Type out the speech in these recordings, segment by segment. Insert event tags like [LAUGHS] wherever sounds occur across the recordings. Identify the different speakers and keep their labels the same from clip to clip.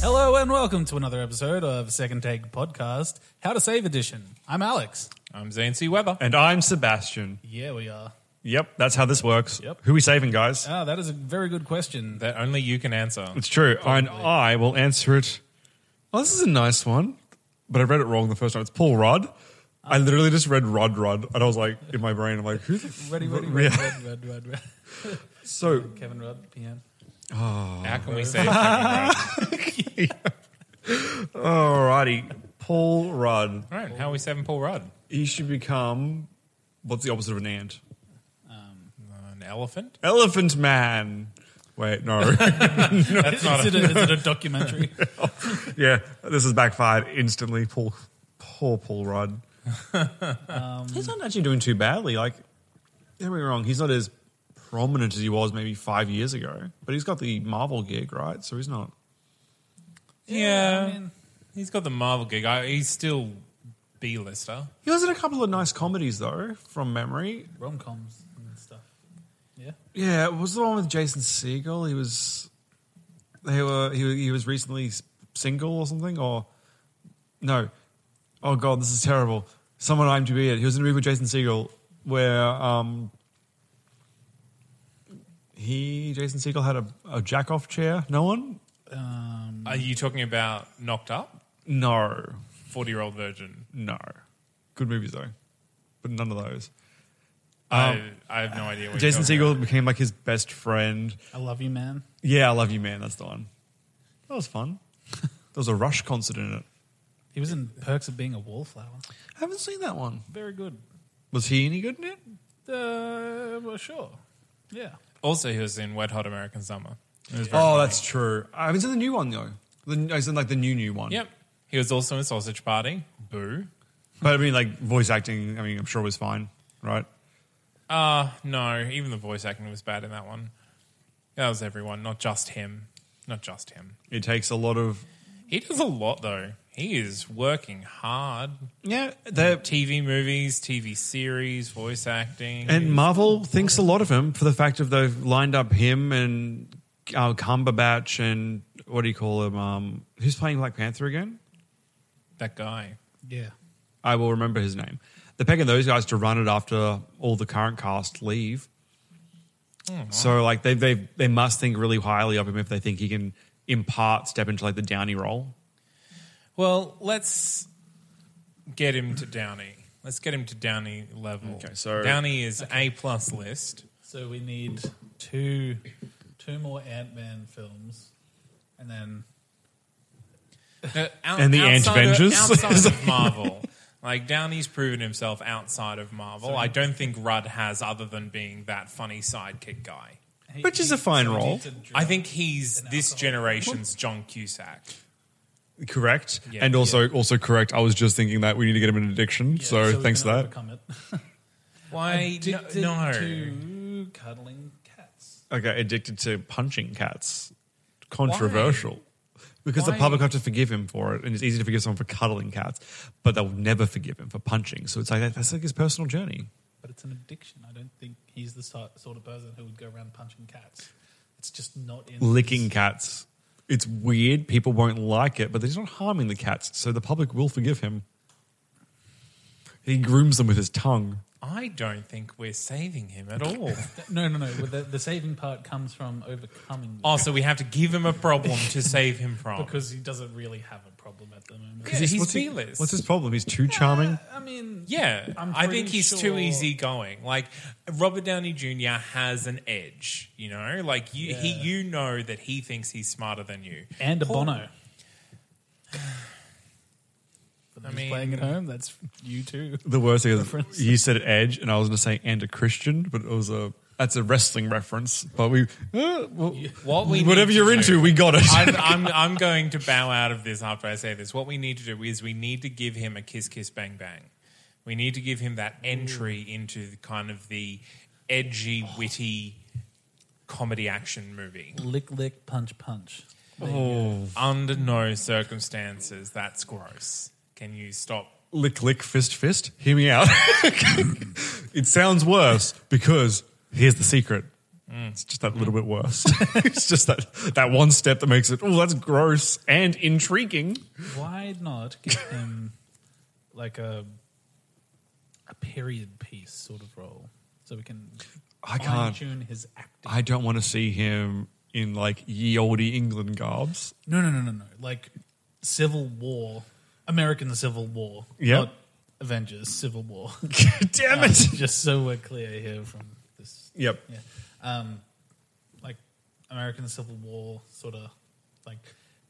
Speaker 1: Hello and welcome to another episode of Second Take Podcast, How to Save Edition. I'm Alex.
Speaker 2: I'm Zane C. Weber.
Speaker 3: And I'm Sebastian.
Speaker 1: Yeah, we are.
Speaker 3: Yep, that's how this works.
Speaker 1: Yep.
Speaker 3: Who we saving, guys?
Speaker 1: Ah, that is a very good question.
Speaker 2: that only you can answer.
Speaker 3: it's true. And I will answer it. Oh, this is a nice one, but I read it wrong the first time. It's Paul Rudd. I literally just read Rudd Rudd, and I was like, in my brain, I'm like, who the f-
Speaker 1: Ready, ready,
Speaker 3: Yeah.
Speaker 1: ready, red, red, red, red.
Speaker 3: So,
Speaker 1: Kevin Rudd, PM.
Speaker 2: How can we say it's
Speaker 3: [LAUGHS]
Speaker 2: Kevin Rudd?
Speaker 3: alrighty, Paul Rudd.
Speaker 2: All right, how are we saving Paul Rudd?
Speaker 3: He should become what's the opposite of an ant?
Speaker 2: An elephant?
Speaker 3: Elephant Man. Wait, no.
Speaker 2: That's not
Speaker 1: Is it,
Speaker 2: a,
Speaker 1: a, is it a documentary?
Speaker 3: yeah, this has backfired instantly. Paul, poor Paul Rudd. [LAUGHS] he's not actually doing too badly. Like, don't get me wrong, he's not as prominent as he was maybe five years ago. But he's got the Marvel gig, right? So he's not.
Speaker 2: yeah. he's got the Marvel gig. I, he's still B-lister.
Speaker 3: He was in a couple of nice comedies though, from memory.
Speaker 1: Rom coms and stuff. Yeah.
Speaker 3: Yeah, it was the one with Jason Segel. He was, they were he, wa- he was recently s- single or something or, no, oh god, this is terrible. Someone IMDb it. He was in a movie with Jason Segel where um, he Jason Segel had a, a jack off chair. No one,
Speaker 2: Are you talking about Knocked Up?
Speaker 3: no,
Speaker 2: 40-year-old virgin.
Speaker 3: no, good movies though, but none of those.
Speaker 2: I, I have no idea what
Speaker 3: Um, Jason
Speaker 2: you're talking
Speaker 3: Segel became like his best friend.
Speaker 1: I love you, man.
Speaker 3: Yeah, I love you, man. That's the one. That was fun. there was a Rush concert in it.
Speaker 1: He was in Perks of Being a Wallflower.
Speaker 3: I haven't seen that one.
Speaker 1: Very good.
Speaker 3: Was he any good in it?
Speaker 1: Uh, well, sure. Yeah.
Speaker 2: about. Also, he was in Wet Hot American Summer. It was very
Speaker 3: Oh,
Speaker 2: funny.
Speaker 3: that's true. I haven't seen the new one though. The, I seen like the new new one.
Speaker 2: Yep. He was also in Sausage Party. Boo.
Speaker 3: But I mean, like voice acting. I mean, I'm sure was fine, right?
Speaker 2: Uh, no, even the voice acting was bad in that one. That was everyone, not just him. Not just him.
Speaker 3: It takes a lot of.
Speaker 2: He does a lot though. He is working hard.
Speaker 3: Yeah, they're
Speaker 2: TV movies, TV series, voice acting.
Speaker 3: And Marvel thinks a lot of him for the fact of they've lined up him and uh, Cumberbatch and what do you call him? Um, who's playing Black Panther again?
Speaker 2: that guy.
Speaker 1: Yeah.
Speaker 3: I will remember his name. They're picking those guys to run it after all the current cast leave. So like they they they must think really highly of him if they think he can in part step into like the Downey role.
Speaker 2: Well, let's get him to Downey. Let's get him to Downey level.
Speaker 3: Okay, so-
Speaker 2: Downey is A plus list.
Speaker 1: So we need two two more Ant Man films, and then
Speaker 2: Uh, out-
Speaker 3: And the
Speaker 2: outside of-
Speaker 3: Ant-Vengers?
Speaker 2: outside
Speaker 3: [LAUGHS]
Speaker 2: of Marvel. Like Downey's proven himself outside of Marvel. I don't think Rudd has, other than being that funny sidekick guy.
Speaker 3: Which is a fine
Speaker 1: so we
Speaker 3: role.
Speaker 1: need to drill-
Speaker 2: I think he's this generation's John Cusack.
Speaker 3: Correct.
Speaker 2: Yeah.
Speaker 3: and also also correct. I was just thinking that we need to get him an addiction.
Speaker 1: yeah,
Speaker 3: so
Speaker 1: we
Speaker 3: thanks for
Speaker 1: can
Speaker 3: that.
Speaker 1: overcome it.
Speaker 2: Why? No.
Speaker 1: Addicted
Speaker 2: no.
Speaker 1: to cuddling cats.
Speaker 3: Okay, addicted to punching cats. Controversial. Because
Speaker 2: Why?
Speaker 3: the public have to forgive him for it, and it's easy to forgive someone for cuddling cats, but they'll never forgive him for punching. So it's like that's like his personal journey.
Speaker 1: But it's an addiction. I don't think he's the sort sort of person who would go around punching cats. It's just not in
Speaker 3: licking
Speaker 1: his-
Speaker 3: cats. It's weird. People won't like it, but he's not harming the cats, so the public will forgive him. He grooms them with his tongue.
Speaker 2: I don't think we're saving him at all. [LAUGHS]
Speaker 1: No, no, no. well, The, the saving part comes from overcoming
Speaker 2: oh, so we have to give him a problem to save him
Speaker 1: [LAUGHS]
Speaker 2: from.
Speaker 1: because he doesn't really have a problem at the moment.
Speaker 2: Yeah, he's
Speaker 3: what's he-
Speaker 2: fearless.
Speaker 3: what's his problem?
Speaker 2: [LAUGHS]
Speaker 3: He's too charming.
Speaker 1: I mean,
Speaker 2: Yeah,
Speaker 1: I'm
Speaker 2: i think
Speaker 1: pretty
Speaker 2: he's too
Speaker 1: sure-
Speaker 2: easygoing. Like Robert Downey Jr. has an edge, you know. Like you, he,
Speaker 1: Yeah.
Speaker 2: you know that he thinks he's smarter than you.
Speaker 1: and a
Speaker 2: Paul-
Speaker 1: Bono. I
Speaker 2: mean-
Speaker 1: playing at home. That's you too.
Speaker 3: The worst thing is you said Edge, and I was going to say and a Christian, but it was a that's a wrestling reference. But
Speaker 2: [LAUGHS]
Speaker 3: we, uh, well,
Speaker 2: What we need
Speaker 3: whatever
Speaker 2: to
Speaker 3: you're into,
Speaker 2: do-
Speaker 3: we got it.
Speaker 2: I'm, I'm, I'm going to bow out of this after I say this. What we need to do is we need to give him a kiss, kiss, bang, bang. We need to give him that entry into the kind of the edgy, witty comedy action movie.
Speaker 1: Lick, lick, punch, punch.
Speaker 2: Under no circumstances, that's gross. Can you stop
Speaker 3: lick, lick, fist, fist. Hear me out. [LAUGHS] it sounds worse because here's the secret. It's just that little bit worse. [LAUGHS] it's just that that one step that makes it. Oh, that's gross and intriguing.
Speaker 1: Why not give him [LAUGHS] like a a period piece sort of role, so we can
Speaker 3: I
Speaker 1: fine
Speaker 3: can't.
Speaker 1: tune his acting.
Speaker 3: I don't want to see him in like ye olde England garbs.
Speaker 1: No, no, no, no, no. Like Civil War, American Civil War,
Speaker 3: Yeah.
Speaker 1: not Avengers Civil
Speaker 3: [LAUGHS]
Speaker 1: War.
Speaker 3: [LAUGHS]
Speaker 1: [LAUGHS]
Speaker 3: Damn
Speaker 1: Um,
Speaker 3: it.
Speaker 1: just so we're clear here from this.
Speaker 3: Yep.
Speaker 1: Yeah. Um, like American Civil War, sort of like,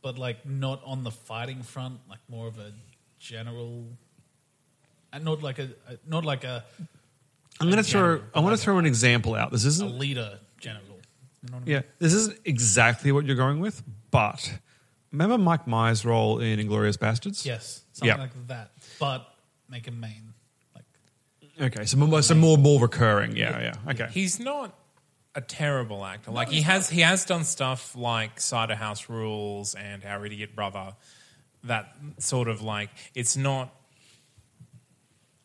Speaker 1: but like not on the fighting front, like more of a general, and not like a, a not like a,
Speaker 3: I'm gonna throw. I want to throw an example out. This
Speaker 1: a
Speaker 3: isn't.
Speaker 1: leader general. You know what I mean?
Speaker 3: Yeah, this isn't exactly what you're going with, but remember Mike Myers' role in Inglorious Bastards?
Speaker 1: Yes, something
Speaker 3: Yeah.
Speaker 1: like that, but make him main. Like
Speaker 3: Okay, so more, so more, more recurring. Yeah, yeah. Okay.
Speaker 2: He's not a terrible actor. Like he has he has done stuff like Cider House Rules and Our Idiot Brother. That sort of like it's not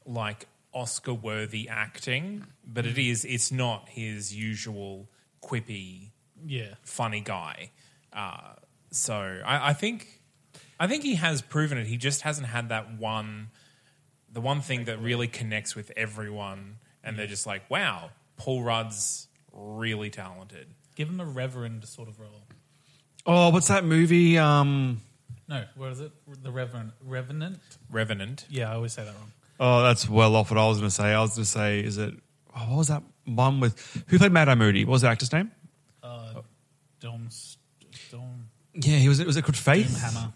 Speaker 2: like Oscar worthy acting, but it is it's not his usual quippy,
Speaker 1: yeah,
Speaker 2: funny guy. Uh, so I, I think I think he has proven it. He just hasn't had that one the one thing that really connects with everyone, and they're just like, wow, Paul Rudd's really talented.
Speaker 1: give him a reverend sort of role.
Speaker 3: Oh, what's that movie? Um,
Speaker 1: No, what is it? The reverend, revenant.
Speaker 2: Revenant.
Speaker 1: Yeah, I always say that wrong.
Speaker 3: oh, that's well off what I was going to say. I was going to say, is it? Oh, what was that one with who played Mad Eye Moody? What was the actor's name?
Speaker 1: Uh, Dom, Dom
Speaker 3: Yeah, he was. Was it called Faith?
Speaker 1: Hammer.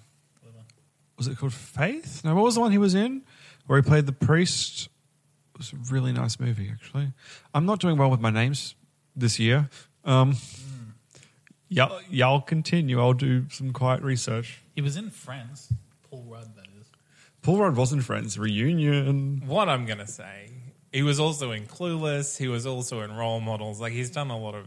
Speaker 3: Was it called Faith? No, what was the one he was in where he played the priest? It was a really nice movie, actually. I'm not doing well with my names this year. Um, y'all, y'all continue. I'll do some quiet research.
Speaker 1: He was in Friends. Paul Rudd, that is.
Speaker 3: Paul Rudd wasn't Friends reunion.
Speaker 2: What I'm gonna say. He was also in Clueless. He was also in Role Models. Like he's done a lot of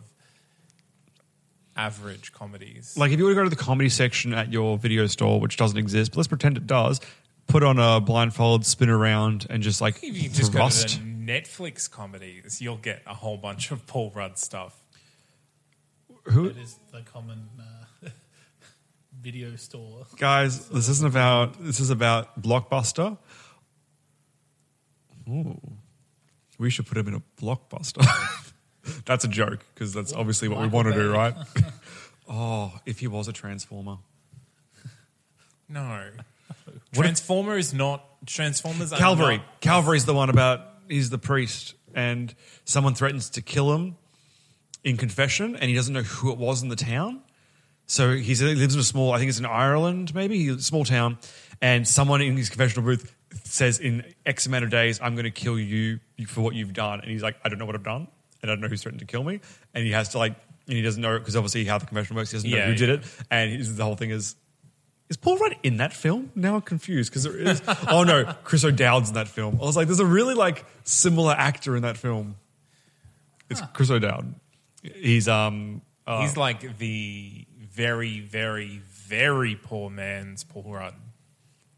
Speaker 2: average comedies.
Speaker 3: Like, if you were to go to the comedy section at your video store, which doesn't exist, but let's pretend it does, put on a blindfold, spin around, and just like
Speaker 2: If you just go
Speaker 3: thrust.
Speaker 2: to the Netflix comedies, you'll get a whole bunch of Paul Rudd stuff.
Speaker 3: Who,
Speaker 1: It is the common uh, [LAUGHS] video store.
Speaker 3: guys, this isn't about this is about blockbuster. Ooh. We should put him in a blockbuster. [LAUGHS] that's a joke because that's obviously what we want to
Speaker 2: [LAUGHS]
Speaker 3: do, right? [LAUGHS] oh, if he was a transformer.
Speaker 2: No.
Speaker 1: [LAUGHS]
Speaker 2: Transformer is not Transformers are
Speaker 3: Calvary.
Speaker 2: not-
Speaker 3: Calvary's the one about he's the priest and someone threatens to kill him in confession and he doesn't know who it was in the town. So he's, he lives in a small, I think it's in Ireland maybe, a small town, and someone in his confessional booth says in X amount of days, I'm going to kill you for what you've done. And he's like, I don't know what I've done and I don't know who's threatened to kill me. And he has to like, and he doesn't know because obviously how the confessional works, he doesn't know
Speaker 2: Yeah,
Speaker 3: who did
Speaker 2: yeah.
Speaker 3: it. And he's, the whole thing is, is Paul Rudd in that film? Now I'm confused because there is. [LAUGHS] oh no, Chris O'Dowd's in that film. I was like, there's a really like similar actor in that film. It's Chris O'Dowd. He's um. Uh,
Speaker 2: He's like the very, very, very poor uh, man's Paul Rudd.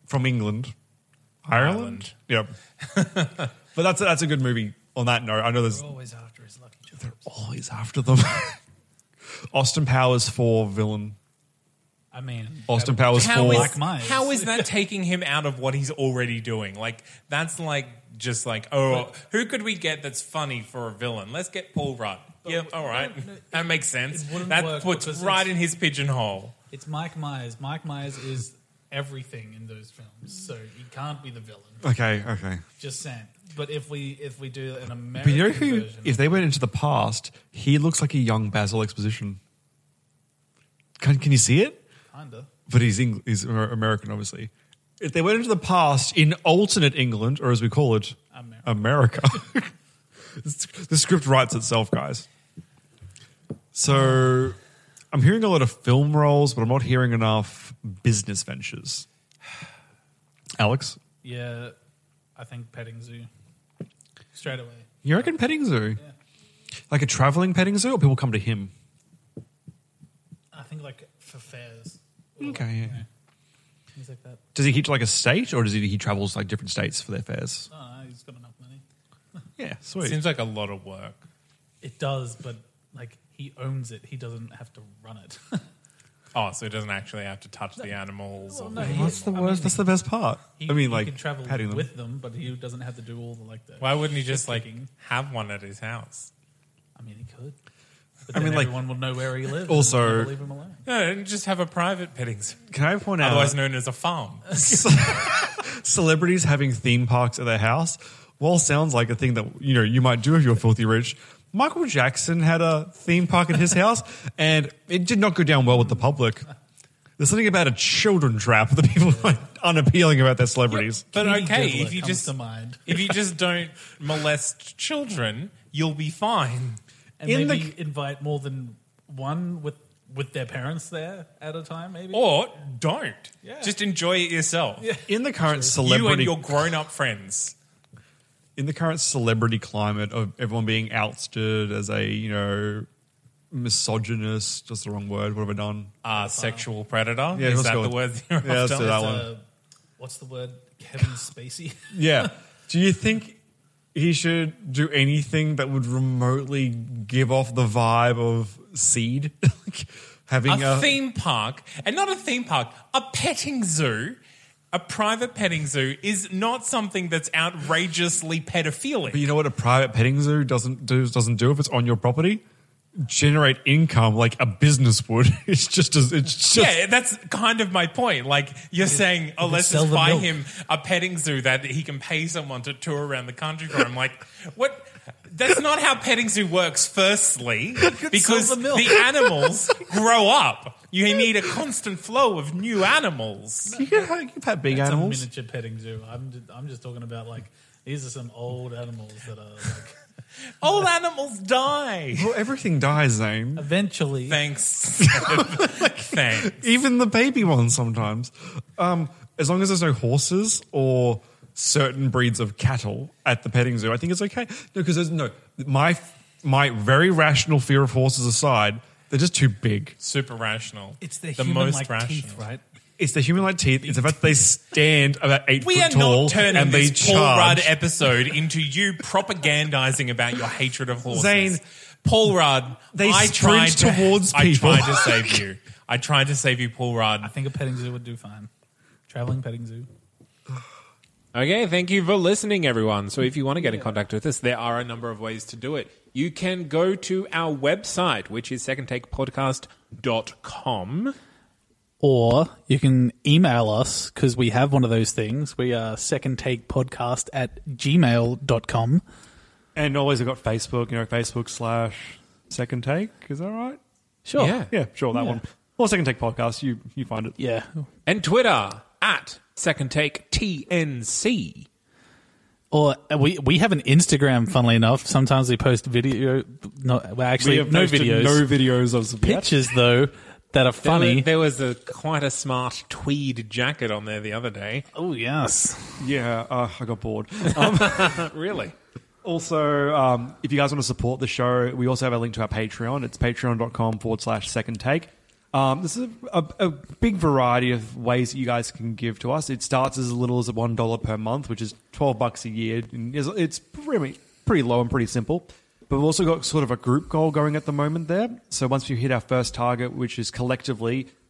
Speaker 3: from England,
Speaker 2: Ireland.
Speaker 3: Yep. [LAUGHS] but that's a, that's a good movie. On that note, I know there's
Speaker 1: They're always after his lucky charms.
Speaker 3: [LAUGHS] always after them. Austin Powers for villain.
Speaker 1: I I mean,
Speaker 3: Austin
Speaker 1: that-
Speaker 3: Powers
Speaker 2: How
Speaker 3: four.
Speaker 2: is,
Speaker 1: Like mine.
Speaker 2: how is that taking him out of what he's already doing? Like that's like just like oh, who could we get that's funny for a villain? Let's get Paul Rudd. Yeah, all right,
Speaker 1: no, it-
Speaker 2: [LAUGHS] that makes sense.
Speaker 1: it wouldn't
Speaker 2: That
Speaker 1: work
Speaker 2: puts
Speaker 1: because
Speaker 2: right
Speaker 1: it's-
Speaker 2: in his pigeonhole.
Speaker 1: It's Mike Myers. Mike Myers is everything in those films, so he can't be the villain.
Speaker 3: Okay, okay.
Speaker 1: Just saying. But if we if we do an
Speaker 3: But
Speaker 1: American
Speaker 3: you know who?
Speaker 1: version,
Speaker 3: If they went into the past, he looks like a young Basil Exposition. Can Can you see it?
Speaker 1: kinda.
Speaker 3: But he's Eng- he's Amer- American, obviously. If they went into the past in alternate England, or as we call it,
Speaker 1: America.
Speaker 3: America, [LAUGHS] the script writes itself, guys. So I'm hearing a lot of film roles, but I'm not hearing enough business ventures. [SIGHS] Alex,
Speaker 1: Yeah, I think petting zoo. Straight away.
Speaker 3: you reckon petting zoo? Like a traveling petting zoo, or people come to him?
Speaker 1: I think like for fairs.
Speaker 3: Okay, yeah.
Speaker 1: Things like that.
Speaker 3: Does he keep to like a state, or does he he travels like different states for their fairs?
Speaker 1: Oh, he's got enough money.
Speaker 3: Yeah, sweet.
Speaker 2: Seems like a lot of work.
Speaker 1: It does, but like he owns it. He doesn't have to run it.
Speaker 2: Oh, so he doesn't actually have to touch the animals.
Speaker 1: [LAUGHS]
Speaker 2: or
Speaker 1: no,
Speaker 2: the-
Speaker 1: he-
Speaker 3: That's the worst. That's the best part.
Speaker 1: He,
Speaker 3: I mean,
Speaker 1: he
Speaker 3: like
Speaker 1: can travel
Speaker 3: patting them.
Speaker 1: with them, but he doesn't have to do all the like the.
Speaker 2: Why wouldn't he just like
Speaker 1: Kicking.
Speaker 2: have one at his house?
Speaker 1: I mean, he could. But
Speaker 3: I
Speaker 1: then
Speaker 3: mean, like-
Speaker 1: everyone will know where he lives. and
Speaker 3: Also-
Speaker 1: people leave him alone.
Speaker 2: No, and just have a private petting zoo,
Speaker 3: Can I point out?
Speaker 2: otherwise known as a farm.
Speaker 3: celebrities having theme parks at their house. Well, sounds like a thing that you know you might do if you're filthy rich. Michael Jackson had a theme park at [LAUGHS] his house, and it did not go down well with the public. There's something about a children trap that people [LAUGHS] find unappealing about their celebrities.
Speaker 2: But
Speaker 1: Kenny
Speaker 2: okay,
Speaker 1: Diddler
Speaker 2: if you
Speaker 1: comes
Speaker 2: just
Speaker 1: to mind.
Speaker 2: [LAUGHS] if you just don't molest children, you'll be fine.
Speaker 1: and
Speaker 3: In
Speaker 1: maybe
Speaker 3: the-
Speaker 1: invite more than one with with their parents there at a time, maybe.
Speaker 3: Oh,
Speaker 2: Or don't. Just enjoy it yourself.
Speaker 3: In the
Speaker 2: You
Speaker 3: current
Speaker 2: and
Speaker 3: celebrity,
Speaker 2: your grown up friends.
Speaker 3: in the current celebrity climate of everyone being ousted as a you know misogynist, just the wrong word. What have I done?
Speaker 2: Uh, sexual predator.
Speaker 3: Yeah,
Speaker 2: Is
Speaker 3: let's
Speaker 2: that
Speaker 3: go
Speaker 2: the
Speaker 3: with-
Speaker 2: word [LAUGHS] you're
Speaker 3: Yeah, let's
Speaker 2: after?
Speaker 3: do that
Speaker 1: It's,
Speaker 3: one.
Speaker 1: uh, what's the word? Kevin Spacey. [LAUGHS]
Speaker 3: Yeah. Do you think he should do anything that would remotely give off the vibe of seed? [LAUGHS] like having a,
Speaker 2: A theme park, and not a theme park, a petting zoo, a private petting zoo is not something that's outrageously pedophilic.
Speaker 3: But you know what a private petting zoo doesn't do doesn't do if it's on your property? Generate income like a business would. [LAUGHS] it's just as it's just
Speaker 2: yeah, that's kind of my point. Like you're saying, oh, let's
Speaker 1: sell
Speaker 2: just
Speaker 1: the
Speaker 2: buy
Speaker 1: milk.
Speaker 2: him a petting zoo that he can pay someone to tour around the country for. I'm like, what? That's not how petting zoo works.
Speaker 1: [LAUGHS]
Speaker 2: Firstly, because
Speaker 1: the
Speaker 2: the,
Speaker 1: milk.
Speaker 2: animals grow up. You need a constant flow of new animals.
Speaker 3: you can have, you can have big
Speaker 1: It's a
Speaker 3: animals.
Speaker 1: miniature petting zoo. I'm just, I'm just talking about like these are some old animals that are like
Speaker 2: All animals die.
Speaker 3: Well, everything dies, Zane.
Speaker 1: eventually. [LAUGHS]
Speaker 2: Thanks. Thanks.
Speaker 3: Even the baby ones sometimes. Um, as long as there's no horses or certain breeds of cattle at the petting zoo, I think it's okay. No, because there's no my my very rational fear of horses aside, they're just too big.
Speaker 2: Super rational.
Speaker 1: it's the, human like teeth, right?
Speaker 3: It's the human like teeth. It's the fact that they stand about eight
Speaker 2: We are
Speaker 3: foot tall
Speaker 2: not turning
Speaker 3: and they
Speaker 2: this Paul Rudd
Speaker 3: charge.
Speaker 2: episode into you propagandizing about your hatred of horses.
Speaker 3: Zane,
Speaker 2: Paul Rudd,
Speaker 3: they
Speaker 2: I tried
Speaker 3: sprint towards
Speaker 2: to,
Speaker 3: people.
Speaker 2: I tried to save you. I tried to save you, Paul
Speaker 1: I
Speaker 2: Rudd.
Speaker 1: think a petting zoo would do fine. Traveling petting zoo.
Speaker 4: Okay, thank you for listening, everyone. So, if you want to get in contact with us, there are a number of ways to do it. You can go to our website, which is secondtakepodcast.com.
Speaker 5: Or you can email us because we have one of those things. We are second take podcast at gmail.com.
Speaker 3: and always I've got Facebook, you know, Facebook slash second take. Is that right?
Speaker 5: Sure.
Speaker 4: Yeah.
Speaker 3: Yeah, sure, that one. Well, second take podcast, you you find it.
Speaker 5: Yeah.
Speaker 4: And Twitter at Second Take TNC.
Speaker 5: Or
Speaker 1: uh,
Speaker 5: we we have an Instagram, funnily enough. Sometimes we post video. No, well, actually, no
Speaker 4: posted
Speaker 5: videos.
Speaker 4: No videos of some
Speaker 5: Pictures, though, that
Speaker 4: There
Speaker 5: are funny.
Speaker 4: was- There was, a quite a smart tweed jacket on there the other day.
Speaker 5: oh, yes.
Speaker 6: Yeah, uh, I got bored. [LAUGHS]
Speaker 4: really?
Speaker 6: also, um, if you guys want to support the show, we also have a link to our Patreon. It's patreon.com forward slash second take. Um, this is a, a, a big variety of ways that you guys can give to us. It starts as little as $1 per month, which is 12 bucks a year. And is- it's pretty, pretty low and pretty simple. But we've also got sort of a group goal going at the moment there. So once we hit our first target, which is collectively